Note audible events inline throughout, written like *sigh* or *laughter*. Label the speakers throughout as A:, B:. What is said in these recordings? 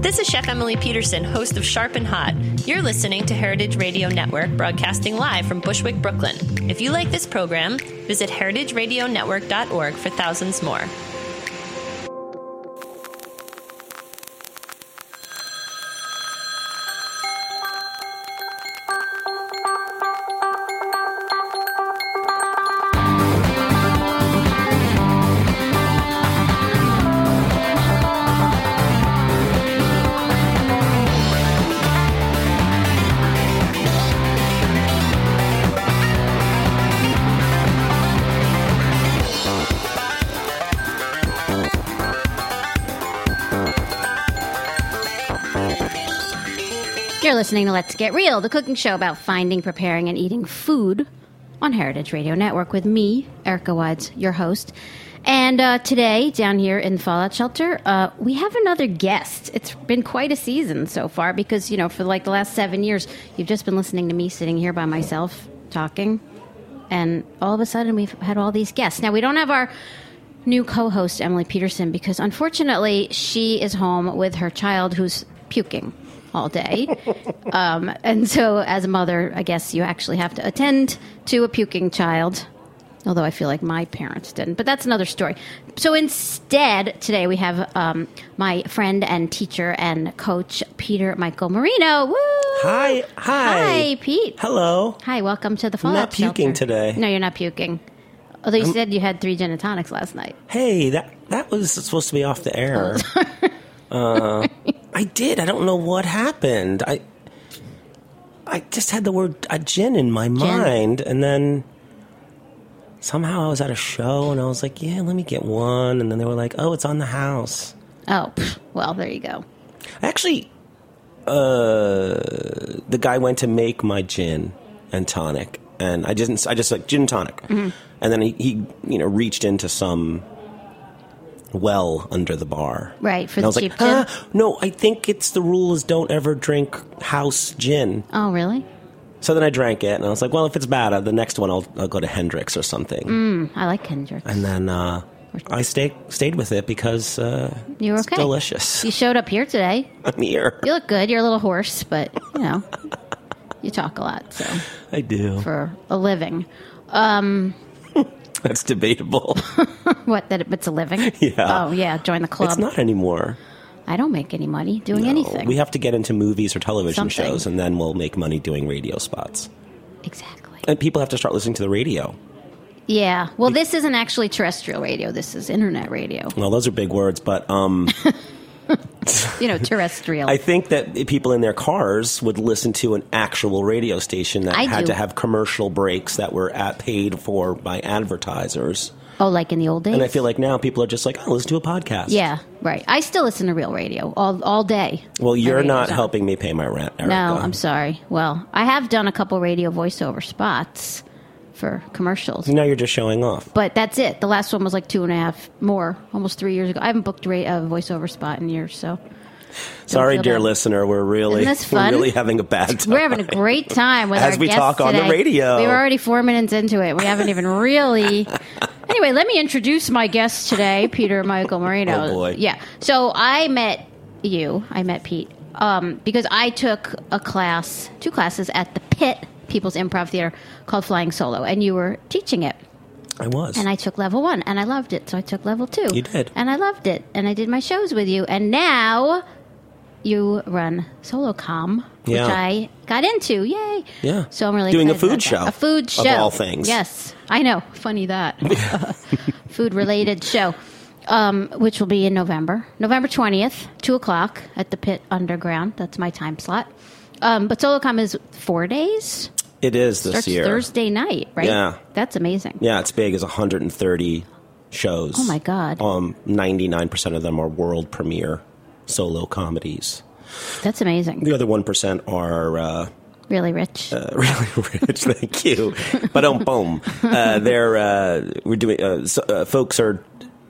A: This is Chef Emily Peterson, host of Sharp and Hot. You're listening to Heritage Radio Network, broadcasting live from Bushwick, Brooklyn. If you like this program, visit heritageradionetwork.org for thousands more.
B: You're listening to Let's Get Real, the cooking show about finding, preparing, and eating food on Heritage Radio Network with me, Erica Wides, your host. And uh, today, down here in the Fallout Shelter, uh, we have another guest. It's been quite a season so far because, you know, for like the last seven years, you've just been listening to me sitting here by myself talking. And all of a sudden, we've had all these guests. Now, we don't have our new co host, Emily Peterson, because unfortunately, she is home with her child who's puking all day. um, and so, as a mother, I guess you actually have to attend to a puking child. Although I feel like my parents didn't, but that's another story. So instead, today we have um, my friend and teacher and coach Peter Michael Marino. Woo!
C: Hi, hi.
B: hi, Pete.
C: Hello.
B: Hi, welcome to the fallout.
C: not puking
B: Shelter.
C: today.
B: No, you're not puking. Although you said you had three gin and tonics last night.
C: Hey, that that was supposed to be off the air. uh, I did. I don't know what happened. I I just had the word a gin in my mind, and then somehow I was at a show, and I was like, "Yeah, let me get one." And then they were like, "Oh, it's on the house."
B: Oh, pff, well, there you go.
C: Actually, uh, the guy went to make my gin and tonic, and I didn't. I just like gin and tonic,
B: Mm-hmm.
C: and then he, he you know reached into some well under the bar,
B: Right, for
C: and
B: the
C: I was
B: cheap gin?
C: like, "Ah, no, I think it's the rule is don't ever drink house gin.
B: Oh, really?
C: So then I drank it, and I was like, well, if it's bad, uh, the next one I'll I'll go to Hendrix or something,
B: I like Kendrick.
C: and then. uh I stayed stayed with it because uh,
B: You were
C: it's
B: okay.
C: delicious.
B: You showed up here today.
C: I'm *laughs* here.
B: You look good. You're a little hoarse, but you
C: *laughs*
B: know, you talk a lot, so
C: I do.
B: for a living.
C: That's debatable.
B: What that it's a living?
C: *laughs* Yeah.
B: Oh yeah, join the club.
C: It's not anymore.
B: I don't make any money doing anything.
C: We have to get into movies or television
B: Something.
C: shows, and then we'll make money doing radio spots.
B: exactly.
C: And people have to start listening to the radio.
B: Yeah. Well, this isn't actually terrestrial radio. This is internet radio.
C: Well, those are big words, but
B: *laughs*
C: um,
B: You know, terrestrial.
C: *laughs* I think that people in their cars would listen to an actual radio station that
B: I
C: had
B: do.
C: to have commercial breaks that were at, paid for by advertisers.
B: oh, like in the old days.
C: And I feel like now people are just like, oh, listen to a podcast.
B: yeah, right. I still listen to real radio all all day.
C: Well,
B: My
C: you're
B: radio's
C: not
B: on.
C: helping me pay my rent, Erica.
B: No, I'm sorry. Well, I have done a couple radio voiceover spots for commercials.
C: Now you're just showing off.
B: But that's it. The last one was like two and a half more, almost three years ago. I haven't booked a, ra- a voiceover spot in years, so
C: Sorry,
B: feel
C: dear
B: bad.
C: listener, we're really
B: Isn't this
C: we're
B: fun?
C: really having a bad
B: *laughs*
C: time.
B: we're having a great time with
C: As
B: our
C: we
B: guests
C: talk on the
B: today.
C: radio. *laughs*
B: We were already four minutes into it. We haven't even really Anyway, let me introduce my guest today, Peter Michael Marino.
C: Oh, boy.
B: Yeah. So I met you. I met Pete um, because I took a class, two classes at the Pitt People's Improv Theater called Flying Solo, and you were teaching it.
C: I was.
B: And I took level one, and I loved it. So I took level two.
C: You did.
B: and I loved it. And I did my shows with you, and now you run SoloCom,
C: Yeah.
B: which I got into. Yay!
C: Yeah.
B: So I'm really
C: Doing a
B: excited
C: food
B: about that.
C: show,
B: a food
C: of
B: show
C: all things.
B: Yes, I know. Funny
C: *laughs*
B: that *laughs* food related show, um, which will be in November, November twentieth, two o'clock at the Pit Underground. That's my time slot. Um, but SoloCom is four days.
C: it is this
B: Starts
C: year.
B: Thursday night, right?
C: Yeah.
B: that's amazing.
C: Yeah, it's big. It's 130 shows.
B: Oh my God.
C: Um, 99% of them are world premiere solo comedies.
B: That's amazing.
C: The other 1% are uh, *laughs*
B: Really rich.
C: uh, really rich. Thank you. But
B: *laughs*
C: um, boom. Uh, they're uh, we're doing. Uh, so, uh, folks are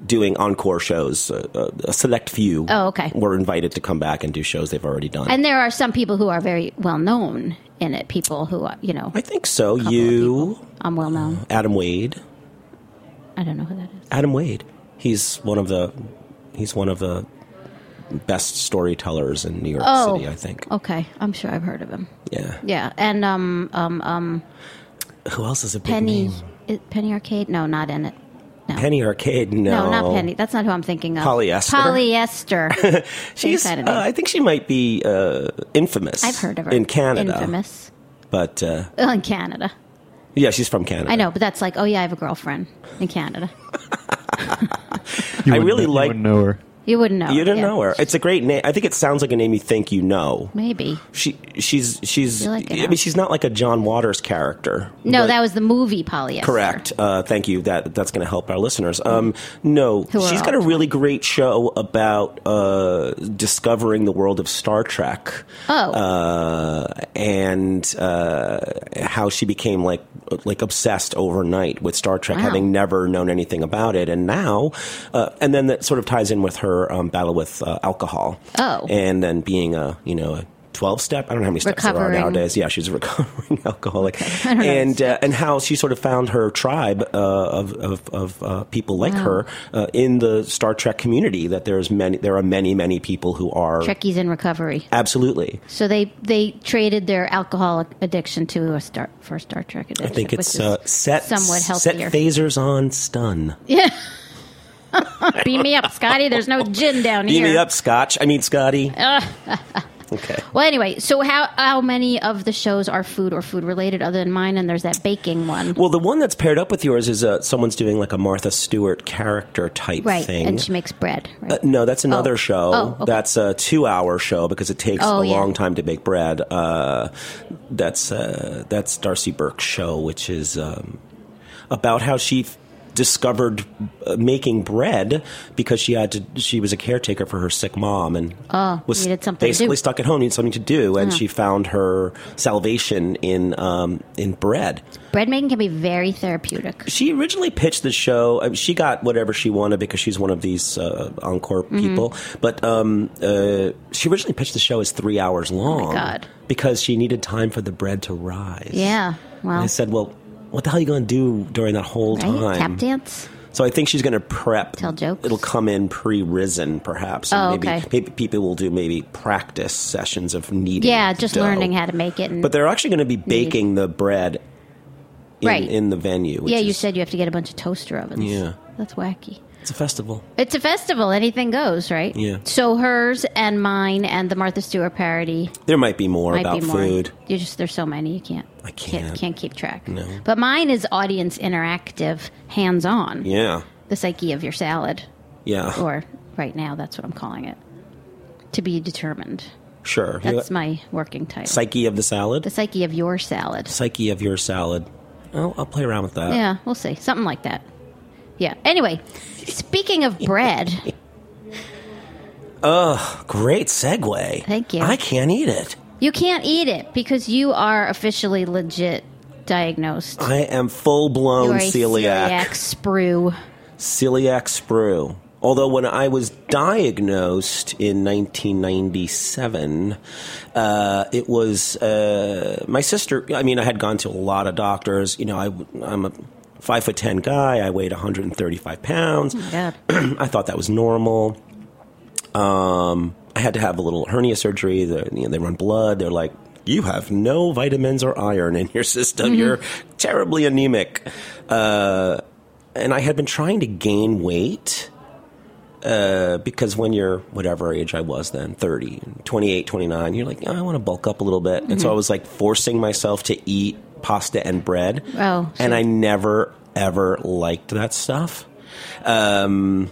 C: doing encore shows. Uh, uh, a select few.
B: Oh, okay.
C: Were invited to come back and do shows they've already done.
B: and there are some people who are very well known in it. People who are, you know,
C: I think so.
B: couple of
C: You,
B: people. I'm well known.
C: Adam Wade.
B: I don't know who that is.
C: Adam Wade. He's one of the. He's one of the best storytellers in New York
B: Oh.
C: City. I think.
B: Okay, I'm sure I've heard of him.
C: Yeah.
B: Yeah, and um, um, um,
C: Who else is a big
B: Penny,
C: name?
B: is Penny Arcade? No, not in it. No,
C: Penny Arcade.
B: no,
C: No.
B: not Penny. That's not who I'm thinking of.
C: Polyester? *laughs*
B: Polyester.
C: She's.
B: She's
C: Uh,
B: had a name.
C: I think she might be uh, infamous.
B: I've heard of her
C: in Canada.
B: Infamous. *laughs*
C: But uh,
B: Oh, in Canada.
C: yeah, she's from Canada.
B: I know, but that's like, oh yeah, I have a girlfriend in Canada.
D: You
C: I
D: wouldn't
C: really
D: know- you
C: like-
D: wouldn't know her.
B: You wouldn't know.
C: You didn't
B: yeah.
C: know her. It's a great name. I think it sounds like a name you think you know.
B: Maybe.
C: She she's she's
B: You like it,
C: I
B: huh?
C: mean she's not like a John Waters character.
B: No,
C: but-
B: that was the movie Polyester.
C: correct. Uh, thank you. That that's going to help our listeners. Um, no,
B: Who are
C: she's got a
B: all
C: really great show about uh, discovering the world of Star Trek.
B: Oh.
C: uh, and uh, how she became like like obsessed overnight with Star Trek,
B: Wow.
C: having never known anything about it, and now, uh, and then that sort of ties in with her um, battle with uh, alcohol.
B: Oh.
C: and then being a you know. a 12 step. I don't know how many steps there
B: Recovering.
C: are nowadays. Yeah, she's a *laughs* recovering alcoholic.
B: *laughs* I don't know.
C: And uh, and how she sort of found her tribe uh, of of, of uh, people like her uh, in the Star Trek community. That there's many, there are many many people who are
B: Trekkies in recovery.
C: absolutely
B: So they they traded their alcoholic addiction to a star for a Star Trek addiction.
C: I think
B: which
C: it's
B: is
C: uh, set
B: somewhat
C: set
B: healthier.
C: phasers on stun.
B: *laughs* yeah. *laughs* Beam me up, Scotty. There's no gin down here.
C: Beam me up, Scotch. I mean,
B: *laughs*
C: Scotty. okay.
B: Well, anyway, so how how many of the shows are food or food related other than mine? And there's that baking one,
C: Well, the one that's paired up with yours is uh, someone's doing like a Martha Stewart character type
B: right?
C: thing.
B: And she makes bread. Right?
C: Uh, no, that's another
B: Oh.
C: show.
B: Oh, okay.
C: That's a two-hour show because it takes
B: Oh,
C: a
B: yeah.
C: long time to make bread. Uh, that's uh, that's Darcy Burke's show, which is um, about how she f- discovered uh, making bread because she had to. She was a caretaker for her sick mom and was
B: Oh, needed something to
C: basically
B: do.
C: stuck at home, needed something to do, and she found her salvation in um, in bread
B: bread making can be very therapeutic.
C: she originally pitched the show. I mean, she got whatever she wanted because she's one of these uh, encore
B: Mm-hmm.
C: people. But um, uh, she originally pitched the show as three hours long.
B: Oh God.
C: Because she needed time for the bread to rise.
B: Yeah.
C: And I
B: Well,
C: said, well, what the hell are you going to do during that whole
B: right?
C: time?
B: tap dance.
C: So I think she's going to prep.
B: Tell jokes?
C: It'll come in pre-risen, perhaps.
B: Oh,
C: maybe,
B: okay.
C: Maybe people will do maybe practice sessions of kneading.
B: Yeah, just
C: dough.
B: learning how to make it. And
C: But they're actually going to be baking the bread in,
B: Right.
C: in the venue. which
B: yeah, you
C: is-
B: said you have to get a bunch of toaster ovens.
C: Yeah.
B: that's wacky.
C: it's a festival.
B: It's a festival. Anything goes, right?
C: Yeah.
B: So hers and mine and the Martha Stewart parody
C: There might be more
B: might
C: about
B: be more.
C: food.
B: You just there's so many you can't.
C: I
B: Can't,
C: can't.
B: can't keep track.
C: No.
B: But mine is audience interactive, hands on.
C: Yeah.
B: The psyche of your salad,
C: Yeah.
B: or right now that's what I'm calling it. To be determined.
C: sure. You
B: That's
C: got-
B: my working title.
C: Psyche of the salad.
B: the psyche of your salad.
C: Psyche of your salad. Oh, I'll play around with that.
B: Yeah, we'll see. Something like that. Yeah. Anyway, speaking of
C: *laughs*
B: bread,
C: Great segue.
B: Thank you.
C: I can't eat it.
B: you can't eat it because you are officially legit diagnosed.
C: I am full
B: You
C: blown
B: are a
C: celiac.
B: sprue. *laughs*
C: Celiac sprue. Although when I was diagnosed in 1997, uh, it was uh, my sister. I mean, I had gone to a lot of doctors. You know, I, am a five foot ten guy. I weighed 135 pounds.
B: God.
C: *clears throat* I thought that was normal. Um, I had to have a little hernia surgery. The, you know, they run blood. They're like, you have no vitamins or iron in your system. You're terribly anemic. Uh, and I had been trying to gain weight uh, because when you're whatever age I was then, 30, 28, 29, you're like, "Oh, I want to bulk up a little bit. And so I was like forcing myself to eat pasta and bread.
B: Oh,
C: and I never, ever liked that stuff. Um,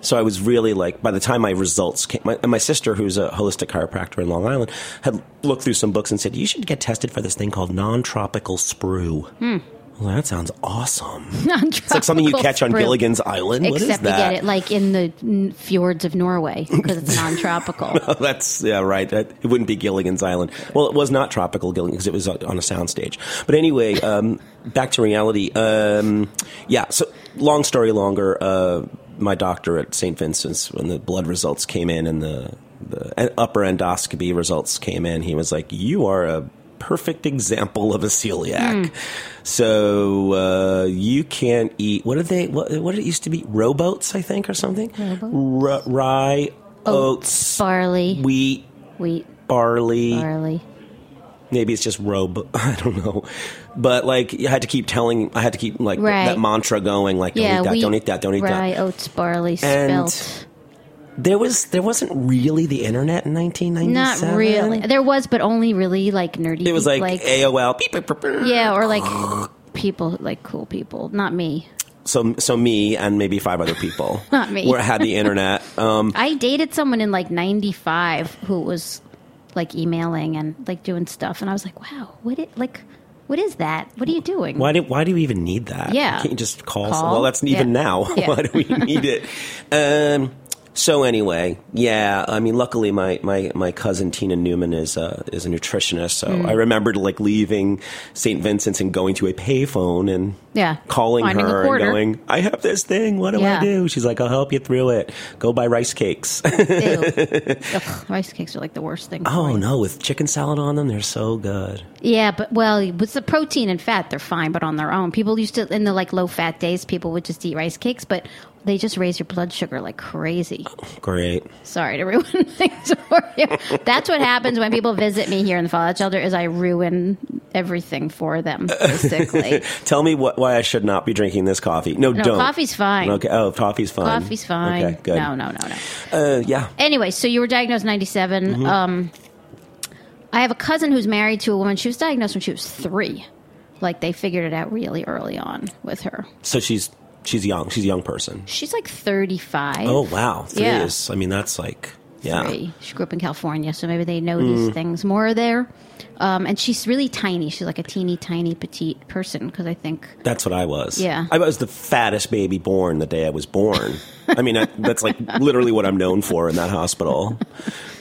C: so I was really like, by the time my results came, my, and my sister, who's a holistic chiropractor in Long Island, had looked through some books and said, You should get tested for this thing called non tropical sprue.
B: Hmm.
C: Well, that sounds
B: *laughs*
C: awesome. It's like something you catch on Gilligan's Island. what is
B: Except you
C: that?
B: get it like in the n- fjords of Norway because
C: *laughs*
B: it's non-tropical.
C: That's yeah, right. That, it wouldn't be Gilligan's Island. Well, it was not tropical Gilligan because it was on a soundstage. But anyway, um, back to reality. Um, yeah. So long story longer. Uh, my doctor at St. Vincent's, when the blood results came in and the the upper endoscopy results came in, he was like, "You are a." Perfect example of a celiac. So uh, you can't eat. What did they? What, what did it used to be? Rowboats, I think, or something. Ru- rye, oats,
B: barley,
C: wheat,
B: wheat,
C: barley.
B: barley.
C: Maybe it's just robe. *laughs* I don't know. But like, I had to keep telling. I had to keep like th-
B: Right.
C: that mantra going. Like, don't
B: yeah,
C: eat that.
B: wheat,
C: don't eat that. Don't eat
B: rye,
C: that.
B: oats, barley,
C: And
B: spelt.
C: There was there wasn't really the internet in 1997.
B: Not really. There was, but only really like nerdy.
C: It was like, AOL. Beep, beep, beep, beep.
B: yeah, or
C: *laughs*
B: like people, like cool people. Not me.
C: So so me and maybe five other people.
B: *laughs* Not me.
C: Where had
B: *laughs*
C: the internet. Um,
B: I dated someone in like '95 who was like emailing and like doing stuff, and I was like, wow, what it like? What is that? What are you doing?
C: why do why do we even need that?
B: Yeah.
C: Can't you just call?
B: Call?
C: Well, that's even
B: Yeah.
C: now. *laughs*
B: Yeah.
C: why do
B: *laughs*
C: we need it? Um, so anyway, yeah. I mean, luckily my my, my cousin Tina Newman is a is a nutritionist, so
B: Hmm.
C: I remembered like leaving St. Vincent's and going to a payphone and
B: Yeah.
C: calling
B: Finding a
C: her and
B: quarter.
C: going, "I have this thing. What do
B: Yeah.
C: I do?" She's like, "I'll help you through it. Go buy rice cakes."
B: *laughs* Ew. Ugh, rice cakes are like the worst thing.
C: oh no, with chicken salad on them, they're so good.
B: Yeah, but well, with the protein and fat, they're fine, but on their own. People used to in the like low fat days, people would just eat rice cakes, but they just raise your blood sugar like crazy.
C: Great.
B: Sorry to ruin *laughs* things for you. That's what happens when people visit me here in the fallout shelter is I ruin everything for them basically.
C: Tell me what, why I should not be drinking this coffee. No,
B: No,
C: don't.
B: coffee's fine.
C: Okay. Oh, coffee's fine.
B: Coffee's fine.
C: Okay, good.
B: No, no, no, no.
C: Uh, yeah.
B: anyway, so you were diagnosed in 97.
C: Mm-hmm.
B: Um, I have a cousin who's married to a woman. She was diagnosed when she was three. Like they figured it out really early on with her.
C: So she's she's young. She's a young person.
B: She's like 35.
C: Oh wow. Three
B: Yeah.
C: is. I mean, that's like yeah. Mm.
B: Three. She grew up in California, so maybe they know these things more there. Um, and she's really tiny. She's like a teeny tiny petite person because I think
C: That's what I was.
B: Yeah.
C: I was the fattest baby born the day I was
B: *laughs*
C: born. I mean, I, that's like literally what I'm known for in that hospital.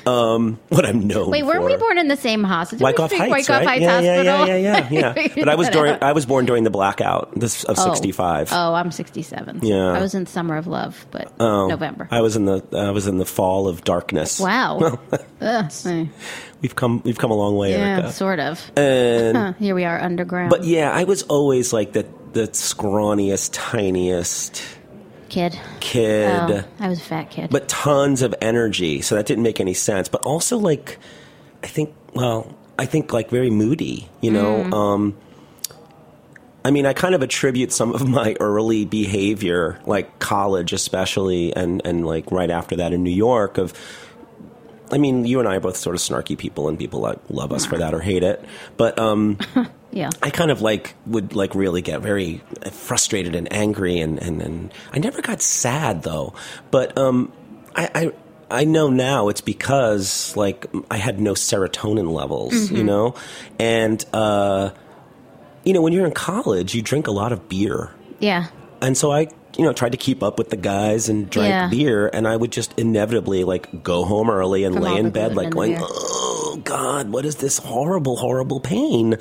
C: Um, what I'm known.
B: Wait, weren't
C: for.
B: we born in the same hospital?
C: Wyckoff
B: Didn't we
C: Heights,
B: speak Wyckoff
C: right?
B: Heights
C: yeah, yeah,
B: Hospital.
C: yeah, yeah, yeah,
B: *laughs*
C: yeah. But I was during I was born during the blackout this, of
B: Oh.
C: '65.
B: Oh, I'm 67.
C: Yeah. Oh.
B: I was in Summer of Love, but November.
C: I was in the I was in the fall of darkness. *laughs*
B: wow. Ugh.
C: We've come we've come a long way,
B: Yeah,
C: Erica.
B: sort of.
C: And
B: Here we are underground.
C: But yeah, I was always like the the scrawniest, tiniest
B: kid.
C: kid,
B: Oh, I was a fat kid.
C: uh, but tons of energy. So that didn't make any sense. But also like, I think well, I think like very moody. You know. Um, I mean, I kind of attribute some of my early behavior, like college especially, and and like right after that in New York of. I mean, you and I are both sort of snarky people, and people like love us for that or hate it. But um,
B: yeah.
C: I kind of like would like really get very frustrated and angry and and, and I never got sad though, but um I, I I know now it's because like I had no serotonin levels, you know, and uh, you know when you're in college you drink a lot of beer,
B: Yeah.
C: and so I you know tried to keep up with the guys and drank
B: Yeah.
C: beer and I would just inevitably like go home early and
B: From all
C: lay
B: the
C: in bed
B: gluten
C: like
B: in the
C: going
B: beer.
C: oh god what is this horrible horrible pain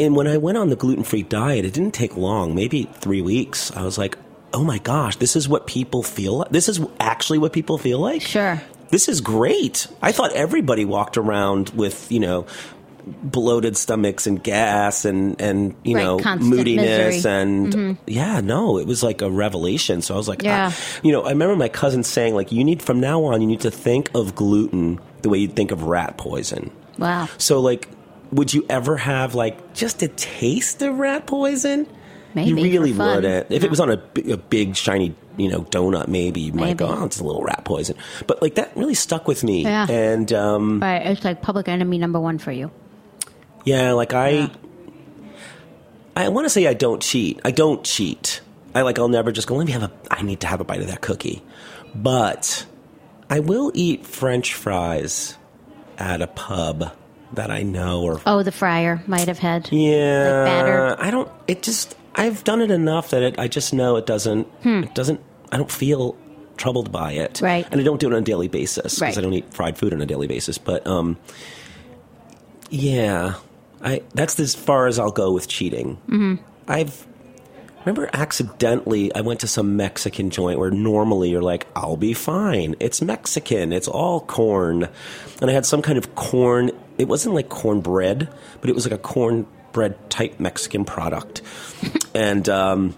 C: and when I went on the gluten-free diet it didn't take long maybe 3 weeks I was like oh my gosh this is what people feel like. this is actually what people feel like
B: Sure.
C: this is great. I thought everybody walked around with, you know, bloated stomachs and gas and and you
B: Right,
C: know
B: constant
C: moodiness
B: misery. Mm-hmm.
C: and yeah no it was like a revelation so i was like
B: Yeah.
C: ah. you know i remember my cousin saying like you need from now on you need to think of gluten the way you'd think of rat poison
B: Wow.
C: so like would you ever have like just a taste of rat poison
B: Maybe.
C: you
B: for
C: really
B: fun.
C: wouldn't if
B: No.
C: it was on a, bi- a big shiny you know donut maybe you might go
B: Maybe.
C: oh it's a little rat poison but like that really stuck with me
B: Yeah.
C: and um
B: Right, it's like public enemy number one for you.
C: Yeah, like I,
B: Yeah.
C: I want to say I don't cheat. I don't cheat. I like I'll never just go. Let me have a. I need to have a bite of that cookie, but I will eat French fries at a pub that I know or
B: Oh, the fryer might have had.
C: yeah.
B: batter?
C: I don't. It just. I've done it enough that it. I just know it doesn't. It doesn't. I don't feel troubled by it.
B: Right.
C: And I don't do it on a daily basis because
B: Right.
C: I don't eat fried food on a daily basis. But um, yeah. I. That's as far as I'll go with cheating. Mm-hmm. I've. Remember, accidentally, I went to some Mexican joint where normally you're like, I'll be fine. It's Mexican. It's all corn. And I had some kind of corn. It wasn't like cornbread, but it was like a cornbread type Mexican product. and um,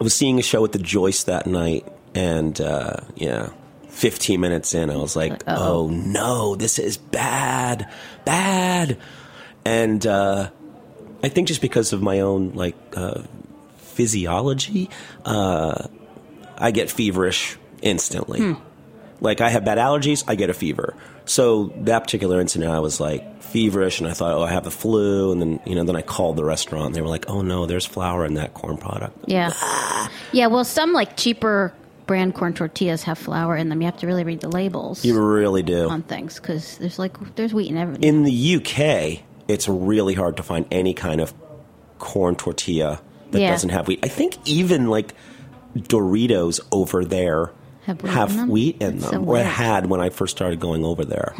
C: I was seeing a show at the Joyce that night. And uh, yeah, 15 minutes in, I was like, oh no, this is bad, bad. And uh, I think just because of my own, like, uh, physiology, uh, I get feverish instantly. Like I have bad allergies, I get a fever. So that particular incident, I was like feverish, and I thought, oh, I have the flu, and then you know, then I called the restaurant, and they were like, oh no, there's flour in that corn product.
B: Yeah. Yeah, well, some like cheaper brand corn tortillas have flour in them. You have to really read the labels
C: You really do.
B: on things because there's like, there's wheat in everything.
C: in the UK, it's really hard to find any kind of corn tortilla that
B: Yeah.
C: doesn't have wheat. I think even like Doritos over there
B: Have wheat in them?
C: wheat in
B: That's
C: them,
B: so
C: or
B: weird.
C: had when I first started going over there.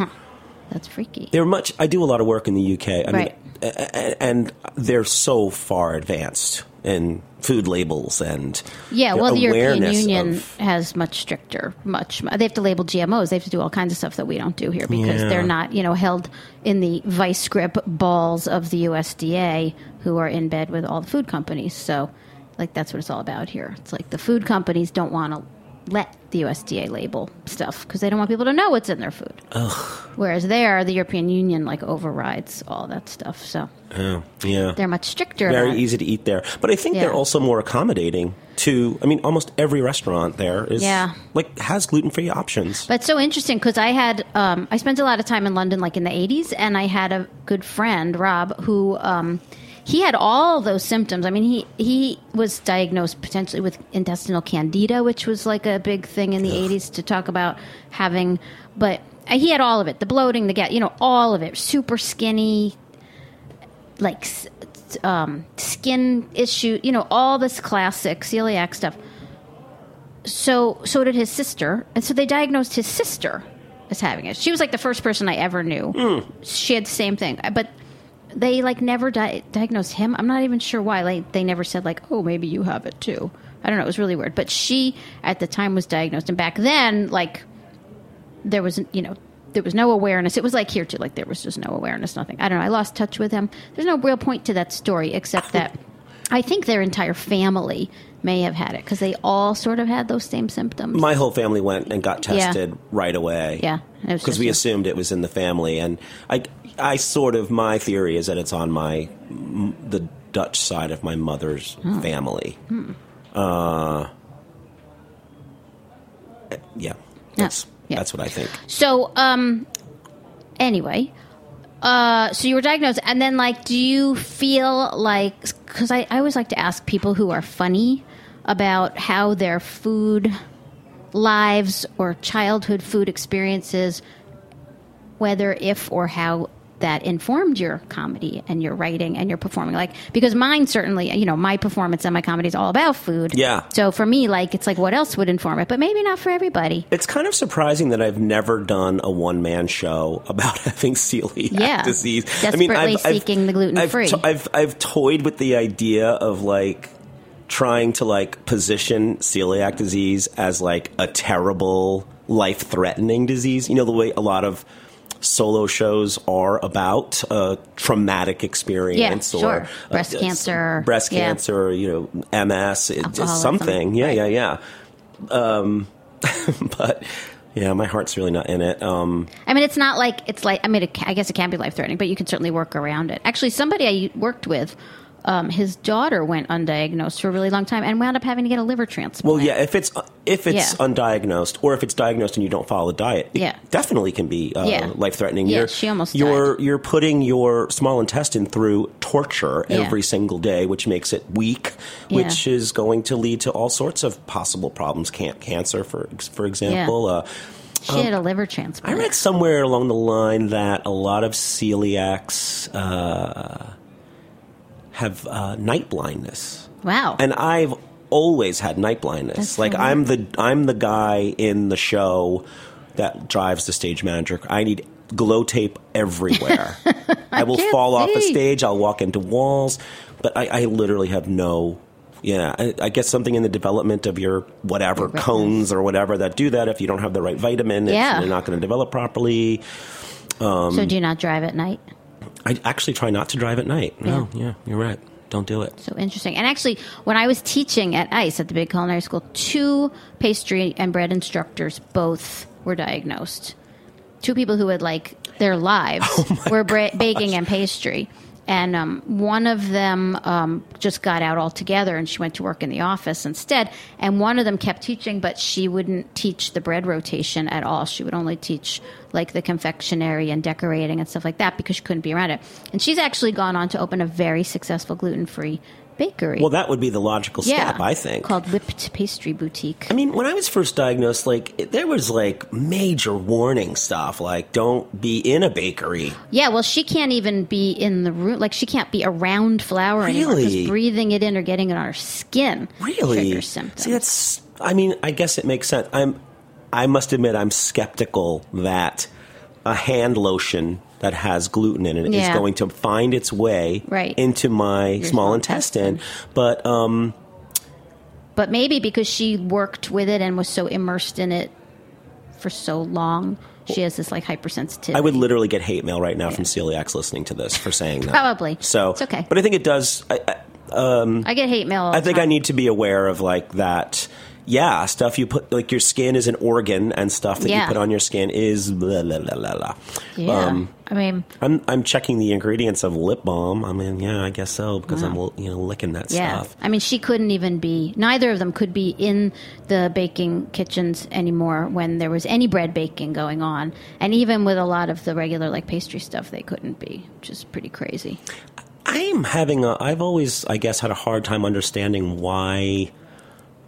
B: That's freaky.
C: They're much. I do a lot of work in the UK. I
B: Right.
C: mean, a- a- and they're so far advanced in food labels and
B: Yeah, well, the European
C: awareness
B: Union
C: of-
B: has much stricter, much. They have to label GMOs. They have to do all kinds of stuff that we don't do here because
C: Yeah.
B: they're not, you know, held in the vice grip balls of the USDA, who are in bed with all the food companies. So, like, that's what it's all about here. It's like the food companies don't want to let the USDA label stuff because they don't want people to know what's in their food. Whereas there, the European Union like overrides all that stuff. So
C: Oh, yeah,
B: they're much stricter.
C: very
B: about it.
C: easy to eat there. But I think
B: Yeah.
C: they're also more accommodating to. I mean, almost every restaurant there is
B: Yeah.
C: like has gluten free options.
B: But it's so interesting because I had um, I spent a lot of time in London, like in the '80s, and I had a good friend Rob who um, he had all those symptoms. I mean, he he was diagnosed potentially with intestinal candida, which was like a big thing in the '80s to talk about having. But he had all of it: the bloating, the get, you know, all of it. Super skinny, like s- s- um, skin issue, you know, all this classic celiac stuff. So so did his sister, and so they diagnosed his sister as having it. She was like the first person I ever knew. She had the same thing, but they like never di- diagnosed him. I'm not even sure why. Like they never said like, oh, maybe you have it too. I don't know. It was really weird. But she at the time was diagnosed, and back then, like there was you know there was no awareness. It was like here too. Like there was just no awareness, nothing. I don't know. I lost touch with him. There's no real point to that story
C: *laughs*
B: except that I think their entire family may have had it because they all sort of had those same symptoms.
C: My whole family went and got
B: Yeah.
C: tested right away.
B: Yeah, it was
C: because we
B: just-
C: assumed it was in the family, and I, I sort of my theory is that it's on my m- the Dutch side of my mother's
B: Hmm.
C: family. Uh, yeah, that's
B: yeah.
C: that's what I think.
B: So um, anyway. Uh, so you were diagnosed, and then like, do you feel like? Because I, I always like to ask people who are funny about how their food lives or childhood food experiences, whether if or how that informed your comedy and your writing and your performing. Like, because mine certainly, you know, my performance and my comedy is all about food.
C: Yeah.
B: So for me, like, it's like, what else would inform it? But maybe not for everybody.
C: It's kind of surprising that I've never done a one man show about *laughs* having celiac
B: Yeah.
C: disease.
B: Desperately seeking the gluten-free.
C: I've, to- I've I've toyed with the idea of like trying to like position celiac disease as like a terrible life threatening disease. You know the way a lot of solo shows are about a traumatic experience
B: Yeah,
C: or
B: sure.
C: uh,
B: Breast
C: uh,
B: cancer,
C: breast
B: yeah.
C: cancer, you know, MS, it, it's
B: Alcoholism,
C: something. Yeah, yeah, yeah. Um, *laughs* but yeah, my heart's really not in it. Um,
B: I mean, it's not like it's like I mean, it, ca- I guess it can be life threatening, but you can certainly work around it. Actually, somebody I worked with, um, his daughter went undiagnosed for a really long time and wound up having to get a liver transplant.
C: well, yeah, if it's if it's
B: Yeah.
C: undiagnosed or if it's diagnosed and you don't follow the diet, it
B: Yeah.
C: definitely can be uh,
B: Yeah.
C: life threatening.
B: Yeah,
C: you're,
B: she almost
C: you're you're putting your small intestine through torture
B: Yeah.
C: every single day, which makes it weak,
B: Yeah.
C: which is going to lead to all sorts of possible problems, can- cancer for ex- for example. Uh,
B: she had a liver
C: I
B: transplant.
C: read somewhere along the line that a lot of celiacs uh, have uh, night blindness
B: wow.
C: and I've always had night blindness.
B: That's
C: like
B: so
C: I'm the I'm the guy in the show that drives the stage manager. I need glow tape
B: *laughs*
C: everywhere. I will
B: can't
C: fall off a
B: see.
C: stage. I'll walk into walls, but I, I literally have no. Yeah, I, I guess something in the development of your whatever
B: Retinas.
C: cones or whatever that do that. If you don't have the right vitamin, it's-
B: Yeah.
C: they're not going to develop properly.
B: so
C: um,
B: do you not drive at night?
C: I actually try not to drive at night. No, yeah, you're right. Don't do it.
B: So interesting. And actually, when I was teaching at ICE at the Big Culinary School, two pastry and bread instructors both were diagnosed. Two people who had like their
C: *laughs*
B: lives
C: Oh
B: were bra- baking and pastry. And um, one of them um, just got out altogether and she went to work in the office instead. And one of them kept teaching, but she wouldn't teach the bread rotation at all. She would only teach like the confectionery and decorating and stuff like that because she couldn't be around it. And she's actually gone on to open a very successful gluten free bakery.
C: Well, that would be the logical step, I think.
B: Called Whipped Pastry Boutique.
C: I mean, when I was first diagnosed, like it- there was like major warning stuff, like don't be in a bakery.
B: Yeah, well, she can't even be in the room. Like, she can't be around flour anymore.
C: Really?
B: Just breathing it in or getting it on her skin
C: Really?
B: triggers symptoms.
C: See, that's. I mean, I guess it makes sense. I'm. I must admit, I'm skeptical that a hand lotion that has gluten in it is
B: Yeah.
C: going to find its way
B: Right.
C: into my small
B: small
C: intestine. But um,
B: but maybe because she worked with it and was so immersed in it for so long, she has this like hypersensitivity.
C: I would literally get hate mail right now from celiacs listening to this for saying that.
B: Probably.
C: So
B: It's okay.
C: But I think it does. I,
B: I get hate mail. all
C: I
B: the
C: think
B: time.
C: I need to be aware of like that. Yeah, stuff you put like your skin is an organ, and stuff that you
B: Yeah.
C: put on your skin is blah blah blah blah. blah.
B: Yeah,
C: um,
B: I mean,
C: I'm I'm checking the ingredients of lip balm. I mean, yeah, I guess so because I'm l- you know licking that
B: yeah.
C: stuff.
B: I mean, she couldn't even be. Neither of them could be in the baking kitchens anymore when there was any bread baking going on, and even with a lot of the regular like pastry stuff, they couldn't be, which is pretty crazy.
C: I'm having a. I've always, I guess, had a hard time understanding why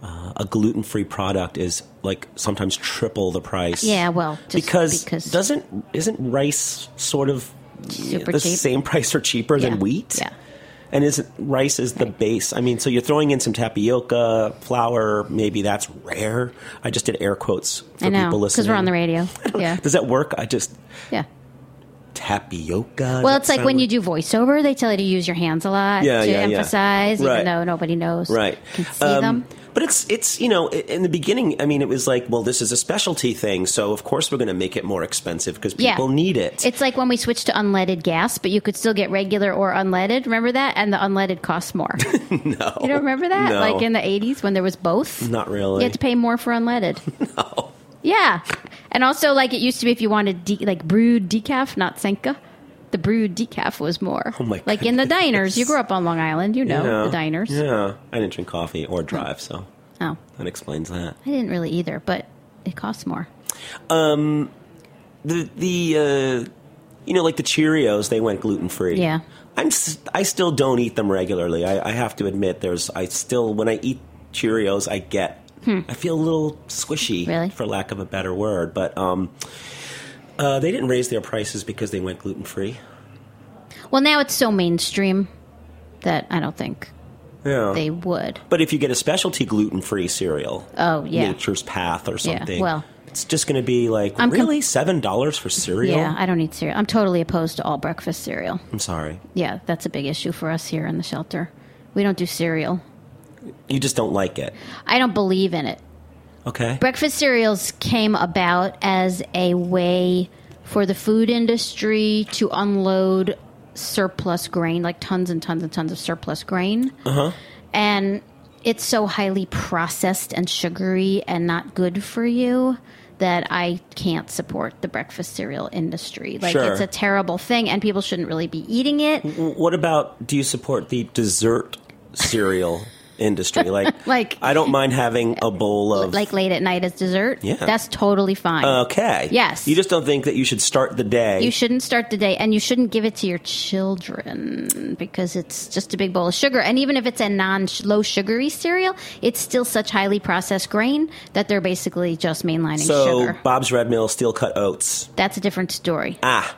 C: uh, a gluten-free product is like sometimes triple the price.
B: Yeah, well, just
C: because,
B: because-
C: doesn't isn't rice sort of
B: Super
C: the
B: cheap.
C: same price or cheaper
B: Yeah,
C: than wheat?
B: yeah.
C: And isn't rice is the base? I mean, so you're throwing in some tapioca flour. Maybe that's rare. I just did air quotes for
B: I know
C: people listening
B: because we're on the radio.
C: *laughs*
B: Yeah,
C: Does that work? I just
B: yeah.
C: tapioca.
B: Well,
C: That
B: it's like when
C: sound-
B: you do voiceover, they tell you to use your hands a lot
C: Yeah,
B: to
C: yeah, yeah.
B: emphasize,
C: Right.
B: even though nobody knows.
C: right
B: Can see
C: Um,
B: them.
C: but it's it's you know i- in the beginning i mean it was like well this is a specialty thing so of course we're going to make it more expensive because
B: Yeah.
C: people need it
B: It's like when we switched to unleaded gas, but you could still get regular or unleaded. Remember that? And the unleaded costs
C: *laughs*
B: more. no. You don't remember that?
C: No.
B: Like in the 80s when there was both?
C: not
B: You
C: really
B: had to pay more for
C: *laughs*
B: unleaded. no. Yeah. And also, like it used to be if you wanted de- like brewed decaf, not Senka. The brewed decaf was more.
C: Oh my
B: like in the
C: goodness.
B: diners. You grew up on Long Island, you know,
C: Yeah.
B: the diners.
C: yeah i didn't drink coffee or drive so
B: Oh,
C: that explains that
B: I didn't really either, but it costs more.
C: the the uh you know, like the Cheerios, they went gluten free.
B: Yeah.
C: I'm s- I still don't eat them regularly. I, I have to admit, there's I still when I eat Cheerios, I get I feel a little squishy,
B: Hmm. Really?
C: for lack of a better word. But um, uh, they didn't raise their prices because they went gluten free.
B: Well, now it's so mainstream that I don't think
C: Yeah.
B: they would.
C: but if you get a specialty gluten free cereal,
B: Oh, yeah.
C: Nature's Path or
B: Yeah,
C: something,
B: well.
C: it's just going to be like
B: I'm com-
C: really seven dollars for cereal.
B: Yeah, I don't eat cereal. I'm totally opposed to all breakfast cereal.
C: I'm sorry,
B: Yeah, that's a big issue for us here in the shelter. We don't do cereal.
C: you just don't like it.
B: I don't believe in it.
C: Okay.
B: Breakfast cereals came about as a way for the food industry to unload surplus grain, like tons and tons and tons of surplus grain.
C: Uh-huh.
B: And it's so highly processed and sugary and not good for you that I can't support the breakfast cereal industry. Like
C: Sure.
B: it's a terrible thing and people shouldn't really be eating it.
C: W- What about do you support the dessert cereal
B: *laughs*
C: industry? Like,
B: Like- uh,
C: I don't mind having a bowl of
B: Like late at night as dessert.
C: Yeah. Uh,
B: That's totally fine.
C: okay,
B: Yes.
C: You just don't think that you should start the day.
B: You shouldn't start the day, and you shouldn't give it to your children because it's just a big bowl of sugar. And even if it's a non low sugary cereal, it's still such highly processed grain that they're basically just mainlining
C: so
B: sugar.
C: Bob's Red Mill steel cut oats.
B: That's a different story.
C: Ah,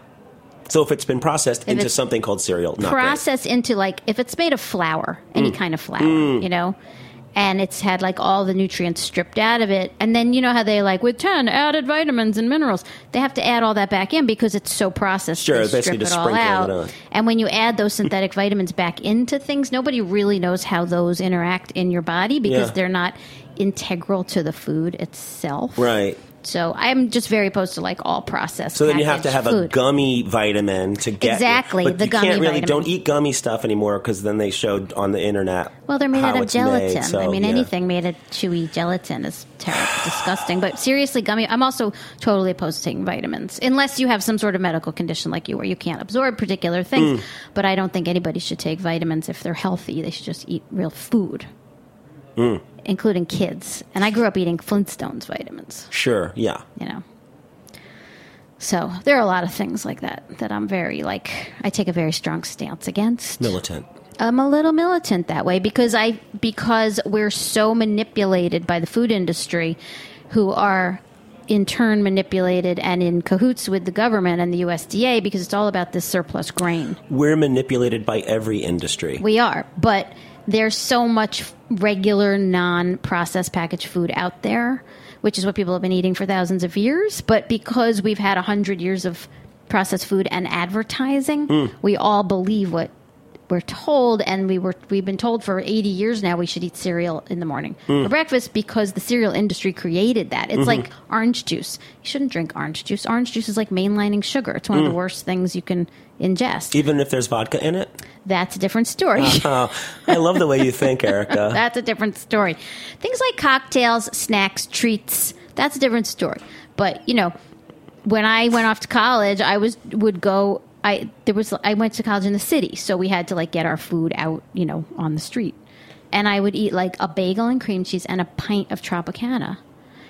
C: so if it's been processed into
B: it's
C: something called cereal, not great. Mm.
B: Process into like if it's made of flour, any kind of flour, you know. And it's had like all the nutrients stripped out of it. And then you know how they like with 10 added vitamins and minerals. They have to add all that back in because it's so processed.
C: Sure,
B: they
C: basically
B: strip
C: just
B: it all
C: sprinkling it
B: out.
C: on.
B: And when you add those synthetic vitamins back into things, nobody really knows how those interact in your body because
C: Yeah.
B: they're not integral to the food itself.
C: right?
B: So I'm just very opposed to like all processed.
C: So then you have to have
B: packaged
C: a
B: food.
C: gummy vitamin to get
B: Exactly,
C: But
B: the
C: you
B: gummy
C: can't really
B: vitamin.
C: don't eat gummy stuff anymore because then they showed on the internet.
B: Well, they're made
C: how
B: out of
C: it's made,
B: gelatin. I
C: so,
B: mean,
C: yeah.
B: anything made of chewy gelatin is terrible, disgusting. But seriously, gummy. I'm also totally opposed to taking vitamins unless you have some sort of medical condition like you, where you can't absorb particular things.
C: Mm.
B: But I don't think anybody should take vitamins if they're healthy. They should just eat real food,
C: Mm.
B: including kids. And I grew up eating Flintstones vitamins.
C: Sure, yeah.
B: You know. So there are a lot of things like that that I'm very like I take a very strong stance against.
C: Militant.
B: I'm a little militant that way because I because we're so manipulated by the food industry who are in turn manipulated and in cahoots with the government and the USDA because it's all about this surplus grain.
C: We're manipulated by every industry.
B: We are, but there's so much regular non-processed packaged food out there, which is what people have been eating for thousands of years, but because we've had 100 years of processed food and advertising, we all believe what we're told and we were we've been told for 80 years now we should eat cereal in the morning for breakfast because the cereal industry created that. It's like orange juice. You shouldn't drink orange juice. Orange juice is like mainlining sugar. It's one of the worst things you can ingest.
C: Even if there's vodka in it?
B: That's a different story.
C: Oh, I love the way you
B: *laughs*
C: think, Erica.
B: That's a different story. Things like cocktails, snacks, treats, that's a different story. But, you know, when I went off to college, I was would go I there was I went to college in the city, so we had to like get our food out, you know, on the street. And I would eat like a bagel and cream cheese and a pint of Tropicana.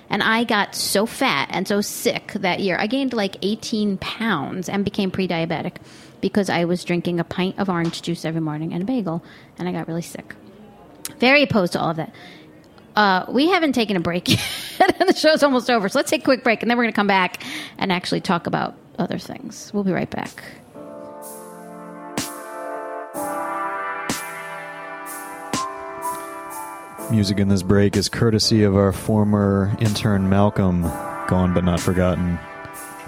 B: And I got so fat and so sick that year. I gained like 18 pounds and became pre diabetic because I was drinking a pint of orange juice every morning and a bagel, and I got really sick very opposed to all of that. Uh, we haven't taken a break *laughs* yet, and the show's almost over. So let's take a quick break, and then we're going to come back and actually talk about other things. We'll be right back.
D: Music in this break is courtesy of our former intern Malcolm, gone but not forgotten.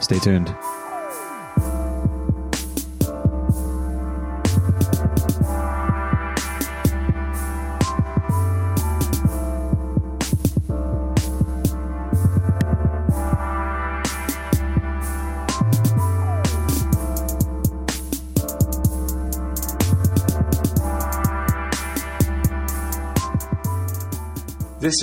D: Stay tuned.
E: This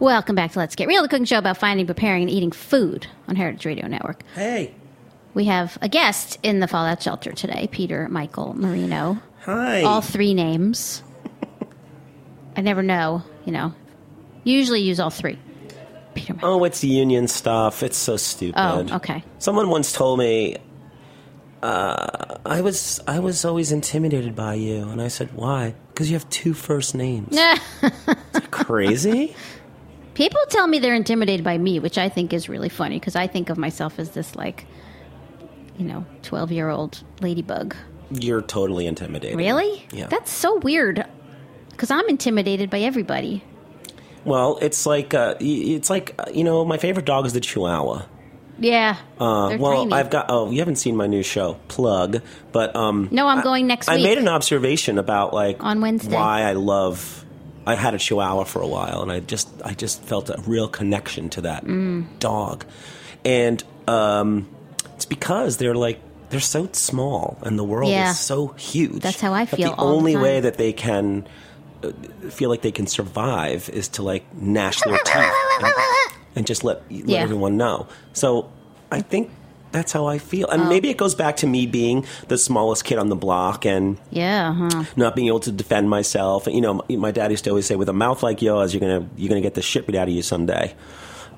B: Welcome back to Let's Get Real, the cooking show about finding, preparing, and eating food on Heritage Radio Network.
C: Hey.
B: We have a guest in the Fallout Shelter today, Peter Michael Marino.
C: Hi.
B: All three names. I never know, you know. Usually use all three. Peter Michael.
C: oh, it's union stuff. It's so stupid.
B: oh okay. *laughs*
C: Someone once told me uh, I was I was always intimidated by you and I said, "Why?" Because you have two first names.
B: *laughs*
C: Crazy?
B: People tell me they're intimidated by me, which I think is really funny because I think of myself as this like you know, 12 year old ladybug.
C: You're totally intimidated.
B: Really?
C: Yeah.
B: That's so weird. Because I'm intimidated by everybody.
C: Well, it's like uh, y- it's like uh, you know, my favorite dog is the Chihuahua.
B: Yeah.
C: Uh,
B: They're
C: well,
B: tiny.
C: I've got. Oh, you haven't seen my new show, plug. But um,
B: No, I'm
C: I-
B: going next
C: I
B: week.
C: made an observation about like
B: On Wednesday.
C: why I love. I had a Chihuahua for a while, and I just I just felt a real connection to that
B: Mm.
C: dog, and um, it's because they're like they're so small, and the world
B: Yeah.
C: is so huge.
B: That's how I
C: that
B: feel
C: The
B: all the
C: only
B: time.
C: way that they can uh, feel like they can survive is to like gnash
B: *laughs*
C: their teeth. and- and just let let
B: Yeah.
C: everyone know. So I think that's how I feel,
B: Oh.
C: and maybe it goes back to me being the smallest kid on the block and
B: yeah, huh?
C: not being able to defend myself. You know, my, my dad used to always say, "With a mouth like yours, you're gonna you're gonna get the shit beat out of you someday."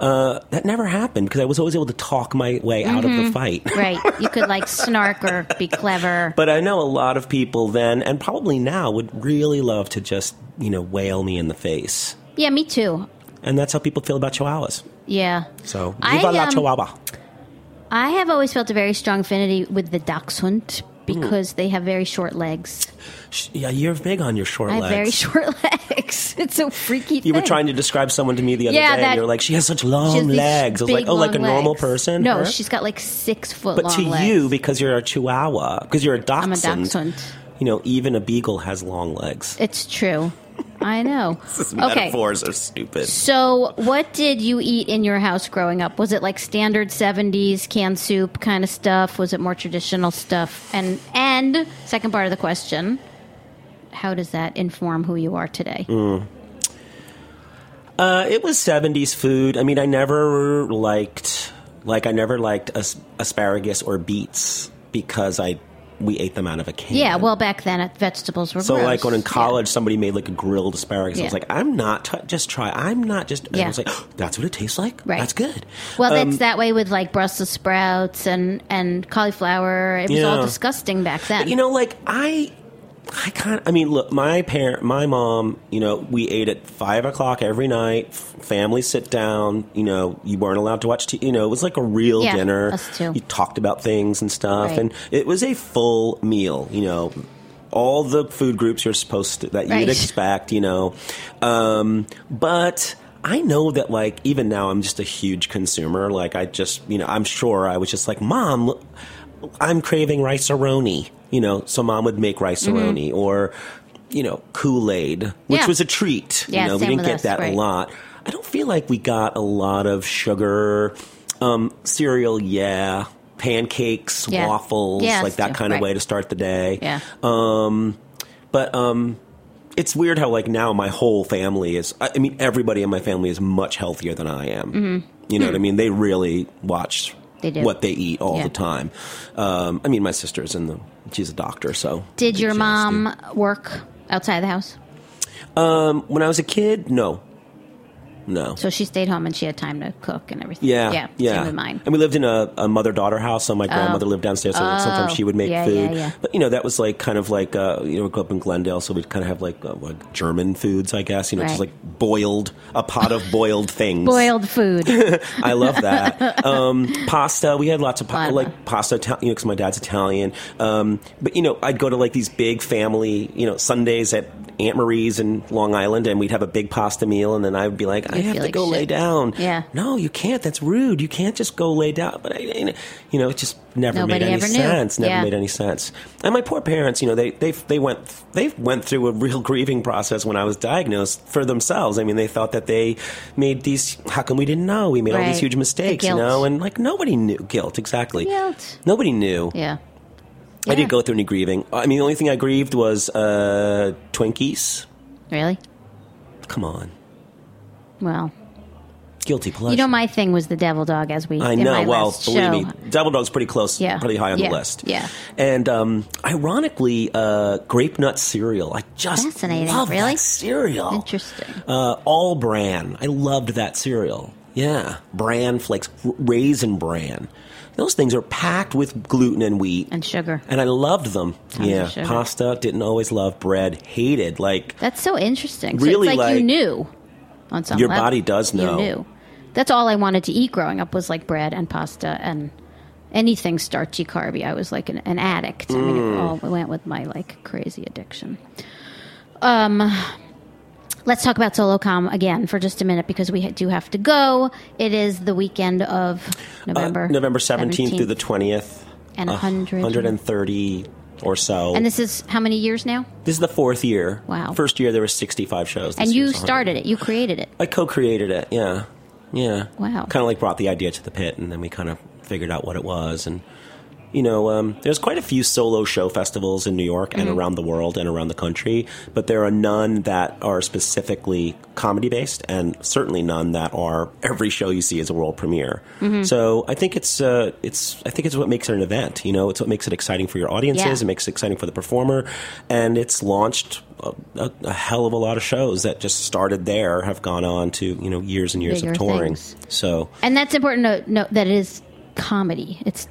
C: Uh, that never happened because I was always able to talk my way out of
B: Mm-hmm.
C: the fight. *laughs*
B: Right. You could like snark or be clever.
C: But I know a lot of people then, and probably now, would really love to just you know wail me in the face,
B: yeah, me too.
C: and that's how people feel about chihuahuas.
B: Yeah.
C: So,
B: I,
C: viva la
B: um,
C: chihuahua!
B: I have always felt a very strong affinity with the dachshund because they have very short legs.
C: Sh- Yeah, you're big on your short
B: I have
C: legs.
B: very short *laughs* legs. It's so freaky.
C: You were trying to describe someone to me the other
B: Yeah,
C: day,
B: that-
C: and you're like, she has such long legs. I was like, oh, like a normal person?
B: No,
C: her?
B: she's got like six foot.
C: But
B: long
C: to
B: legs.
C: you, because you're a chihuahua, because you're a
B: I'm a
C: dachshund,
B: dachshund.
C: you know, even a beagle has long legs.
B: It's true. I
C: *laughs*
B: know. okay.
C: Metaphors are stupid.
B: So, what did you eat in your house growing up? Was it like standard 70s canned soup kind of stuff? Was it more traditional stuff? And and second part of the question, how does that inform who you are today?
C: Mm. Uh, it was 70s food. I mean, I never liked, like, I never liked as- asparagus or beets because I we ate them out of a can.
B: Yeah, well, back then uh, vegetables were
C: So
B: gross.
C: like when in
B: Yeah.
C: college somebody made like a grilled asparagus, I was
B: Yeah.
C: like, I'm not t- just try. I'm not just. And
B: Yeah.
C: I was like, that's what it tastes like.
B: Right.
C: That's good.
B: Well,
C: Um,
B: that's that way with like Brussels sprouts and and cauliflower. It was all
C: Yeah.
B: disgusting back then.
C: you know, like I, I kind. I mean, look, my parent, my mom. You know, we ate at five o'clock every night. F- family sit down. You know, you weren't allowed to watch. T- you know, it was like a real
B: Yeah,
C: dinner.
B: us too.
C: You talked about things and stuff,
B: Right.
C: and it was a full meal. You know. All the food groups you're supposed to that you'd
B: Right.
C: expect, you know, um, but I know that like even now I'm just a huge consumer. Like I just you know I'm sure I was just like mom, look, I'm craving rice aroni. You know, so mom would make rice aroni or you know Kool Aid, which
B: Mm-hmm. Yeah.
C: was a treat.
B: Yeah,
C: you know, we
B: same
C: didn't
B: with
C: get
B: us,
C: that
B: right.
C: a lot. I don't feel like we got a lot of sugar um, cereal. Yeah. Pancakes,
B: Yeah.
C: waffles,
B: Yeah, us
C: like that
B: too,
C: kind of
B: right.
C: way to start the day.
B: yeah,
C: Um, but um, it's weird how like now my whole family is. I I mean, everybody in my family is much healthier than I am. You know what I mean? They really watch
B: Mm-hmm. Hmm. They do.
C: what they eat all
B: Yeah.
C: the time. Um, I mean, my sister's in the she's a doctor, so
B: did
C: she
B: your
C: has to.
B: mom work outside the house?
C: Um, when I was a kid, no, no.
B: So she stayed home and she had time to cook and everything.
C: Yeah,
B: yeah, Same with mine. Oh.
C: And we lived in a, a mother daughter house, so my grandmother lived downstairs. So sometimes she would make
B: Yeah,
C: food,
B: yeah, yeah.
C: but you know that was like kind of like uh, you know we grew up in Glendale, so we'd kind of have like, uh, like German foods, I guess. You know, just
B: Right.
C: like boiled a pot of boiled things.
B: Boiled
C: *laughs*
B: food.
C: I love
B: *laughs*
C: that. Um, pasta. We had lots of pa-
B: Lima.
C: like pasta, Ital- you know, because my dad's Italian. Um, but you know, I'd go to like these big family, you know, Sundays at Aunt Marie's in Long Island, and we'd have a big pasta meal, and then I would be like, I
B: You'd
C: have to
B: feel like
C: go lay
B: shit.
C: down.
B: Yeah.
C: No, you can't. That's rude. You can't just go lay down. But I, I- you know, it just never
B: Nobody
C: made any
B: ever knew.
C: sense. Never
B: Yeah.
C: made any sense. And my poor parents, you know, they they they went they went through a real grieving process when I was diagnosed for themselves. I mean, they thought that they made these. How come we didn't know? We made all
B: Right.
C: these huge
B: The
C: mistakes, you
B: guilt.
C: know, and like nobody knew guilt exactly.
B: Guilt.
C: Nobody knew.
B: yeah.
C: I
B: Yeah.
C: didn't go through any grieving. I mean, the only thing I grieved was uh, Twinkies.
B: Really?
C: Come on,
B: Well,
C: guilty pleasure.
B: you know, my thing was the devil dog as we.
C: I
B: in
C: know.
B: my
C: Well,
B: last
C: believe
B: show.
C: me, Devil Dog's pretty close,
B: Yeah.
C: pretty high on
B: Yeah.
C: the list.
B: Yeah.
C: And um, ironically, uh, grape nut cereal. I just
B: Fascinating.
C: love
B: Really?
C: that cereal.
B: Interesting.
C: Uh, all bran. I loved that cereal. Yeah, bran flakes, r- raisin bran. Those things are packed with gluten and wheat
B: And sugar.
C: and I loved them.
B: Tons of
C: yeah,
B: sugar.
C: pasta. Didn't always love bread. Hated like
B: That's so interesting.
C: Really,
B: so it's like, you
C: like,
B: knew on some
C: your
B: level.
C: body does know.
B: You knew. That's all I wanted to eat growing up was like bread and pasta and anything starchy carby. I was like an, an addict. I mean, it
C: Mm.
B: all went with my like crazy addiction. Um, let's talk about Solocom again for just a minute because we do have to go. It is the weekend of
C: Uh,
B: November
C: November 17th through the 20th.
B: And
C: a
B: 100.
C: 130 or so.
B: And this is how many years now?
C: This is the fourth year.
B: Wow.
C: First year there were 65 shows. This
B: And you
C: year's 100.
B: started it. You created it.
C: I co-created it. Yeah, yeah.
B: Wow.
C: Kind of like brought the idea to the pit, and then we kind of figured out what it was. And you know, um, there's quite a few solo show festivals in New York
B: Mm-hmm.
C: and around the world and around the country, but there are none that are specifically comedy based, and certainly none that are every show you see is a world premiere.
B: Mm-hmm.
C: So I think it's uh, it's I think it's what makes it an event. You know, it's what makes it exciting for your audiences.
B: Yeah.
C: It makes it exciting for the performer, and it's launched a, a, a hell of a lot of shows that just started there have gone on to you know years and years
B: Bigger
C: of touring.
B: things.
C: So
B: And that's important to note that it is comedy. It's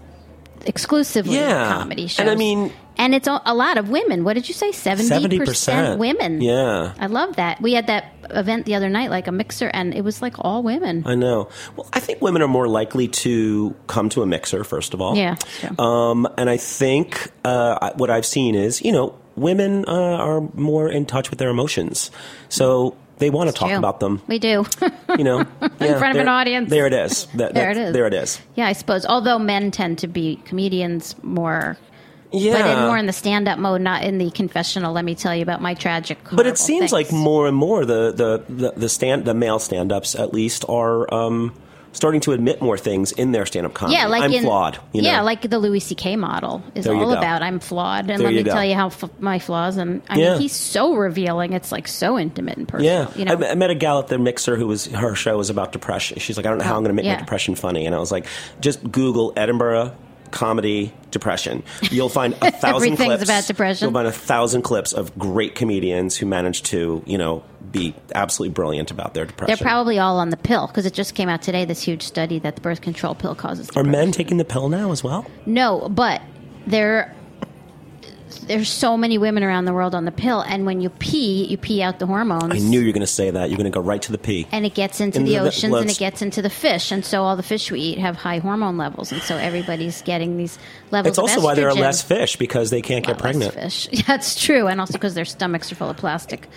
B: exclusively
C: Yeah.
B: comedy shows.
C: And I mean-
B: and it's a a lot of women. What did you say? 70%,
C: 70%.
B: women.
C: Yeah.
B: I love that. We had that event the other night, like a mixer, and it was like all women.
C: I know. Well, I think women are more likely to come to a mixer, first of all.
B: Yeah, sure.
C: Um, and I think uh, I- what I've seen is, you know, women uh, are more in touch with their emotions. So they want to talk
B: True. *laughs*
C: about them.
B: We do.
C: You know, Yeah,
B: front of an
C: there-
B: audience.
C: There it is. That,
B: There
C: that-
B: it is.
C: There it is.
B: yeah, I suppose. Although men tend to be comedians more.
C: Yeah.
B: But in, more in the stand-up mode, not in the confessional. Let me tell you about my tragic.
C: But
B: horrible
C: it seems
B: things.
C: like more and more the the the, the stand the male stand ups at least are um, starting to admit more things in their stand up comedy.
B: Yeah, like
C: I'm
B: in,
C: flawed. You know?
B: Yeah, like the Louis C.K. model is
C: There you
B: all
C: go.
B: about I'm flawed, and
C: There
B: let
C: you
B: me
C: go.
B: tell you how f- my flaws. And I
C: Yeah.
B: mean, he's so revealing. It's like so intimate and personal.
C: yeah.
B: you know,
C: I, met- I met a gal at the mixer who was her show was about depression. She's like, I don't know how I'm going to make
B: Oh, Yeah.
C: my depression funny, and I was like, just Google Edinburgh comedy depression. You'll find
B: *laughs*
C: a thousand
B: Everything's
C: clips
B: about depression.
C: You'll find a thousand clips of great comedians who managed to you know be absolutely brilliant about their depression.
B: they're probably all on the pill because it just came out today. This huge study that the birth control pill causes.
C: are
B: depression.
C: men taking the pill now as well?
B: No, but there there's so many women around the world on the pill, and when you pee, you pee out the hormones.
C: I knew you were going to say that. You're going to go right to the P.
B: and it gets into
C: Into
B: the,
C: the
B: oceans and
C: bloodst-
B: it gets into the fish, and so all the fish we eat have high hormone levels, and so everybody's getting these levels.
C: It's also
B: of
C: why there are
B: estrogen.
C: less fish because they can't
B: A lot
C: get pregnant.
B: Less fish. *laughs* Yeah, it's true, and also because their stomachs are full of plastic.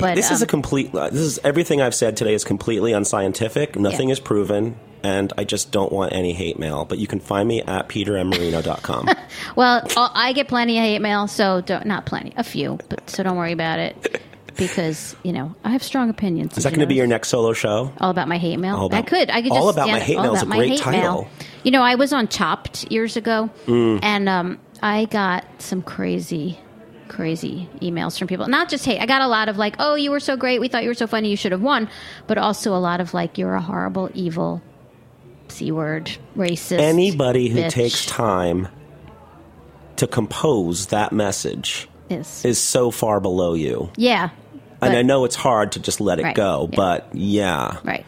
B: But
C: This is
B: um,
C: a complete. uh, This is everything I've said today is completely unscientific. Nothing is proven, and I just don't want any hate mail. But you can find me
B: *laughs*
C: at petermmarino.com.
B: well, I I get plenty of hate mail, so don't, not plenty, a few, but so don't worry about it because you know I have strong opinions.
C: is that going to be your next solo show?
B: All about my hate mail.
C: All About-
B: I could. I could.
C: All
B: just
C: About My
B: stand-
C: Hate
B: all
C: Mail is
B: about my
C: a great
B: hate mail.
C: title. Mm.
B: You know, I was on Chopped years ago, and um, I got some crazy, crazy emails from people. Not just hate. I got a lot of like, "Oh, you were so great. We thought you were so funny. You should have won," but also a lot of like, "You're a horrible, evil." C word, racist.
C: Anybody who
B: bitch
C: takes time to compose that message
B: is,
C: is so far below you.
B: yeah,
C: and
B: but-
C: I know it's hard to just let it
B: Right,
C: go,
B: yeah.
C: but yeah,
B: right.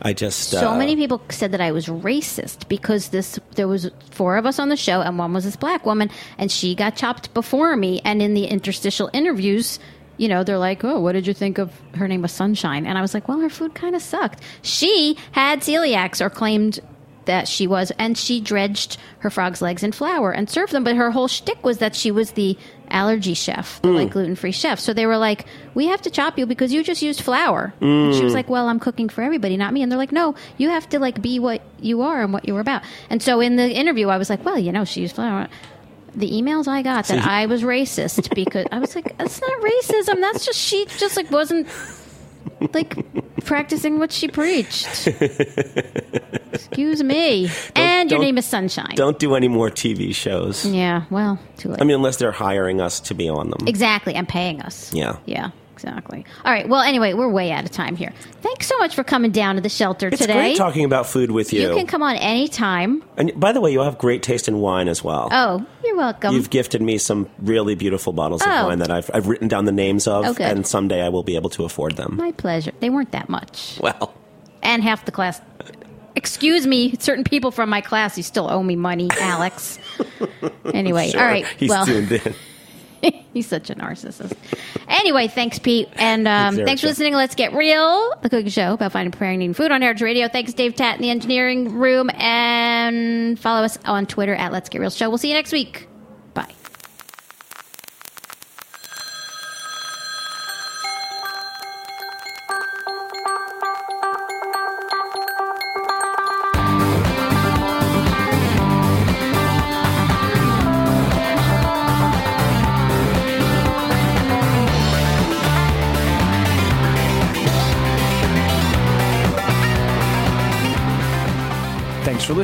C: I just
B: So
C: uh,
B: many people said that I was racist because this there was four of us on the show and one was this black woman and she got chopped before me and in the interstitial interviews you know they're like oh what did you think of her name was sunshine and i was like well her food kind of sucked she had celiacs or claimed that she was and she dredged her frog's legs in flour and served them but her whole shtick was that she was the allergy chef the like gluten-free chef so they were like we have to chop you because you just used flour and she was like well i'm cooking for everybody not me and they're like no you have to like be what you are and what you were about and so in the interview i was like well you know she used flour the emails I got that I was racist because I was like, that's not racism. That's just she just like wasn't like practicing what she preached. Excuse me. and your
C: don't-
B: name is Sunshine.
C: *laughs* don't do any more TV shows.
B: Yeah. Well, too late.
C: I mean, unless they're hiring us to be on them.
B: exactly. And paying us.
C: Yeah.
B: Yeah. Exactly. All right. Well, anyway, we're way out of time here. Thanks so much for coming down to the shelter
C: It's
B: today.
C: great talking about food with you.
B: you can come on anytime.
C: and by the way, you have great taste in wine as well.
B: Oh, you're welcome.
C: You've gifted me some really beautiful bottles of
B: Oh.
C: wine that I've, I've written down the names of,
B: Oh, good. Hmm.
C: and someday I will be able to afford them.
B: My pleasure. They weren't that much.
C: Well,
B: and half the class. Excuse me, certain people from
C: *laughs*
B: my class, you still owe me money, Alex. anyway,
C: sure.
B: all right.
C: He's
B: well,
C: tuned in.
B: *laughs* He's such a narcissist. Anyway, thanks, Pete. And um,
C: Eric,
B: thanks for
C: Jeff.
B: listening. to Let's Get Real, the cooking show about finding, preparing, and eating food on Heritage Radio. Thanks, Dave Tat in the engineering room. And follow us on Twitter at Let's Get Real Show. We'll see you next week. Bye.
F: Thanks for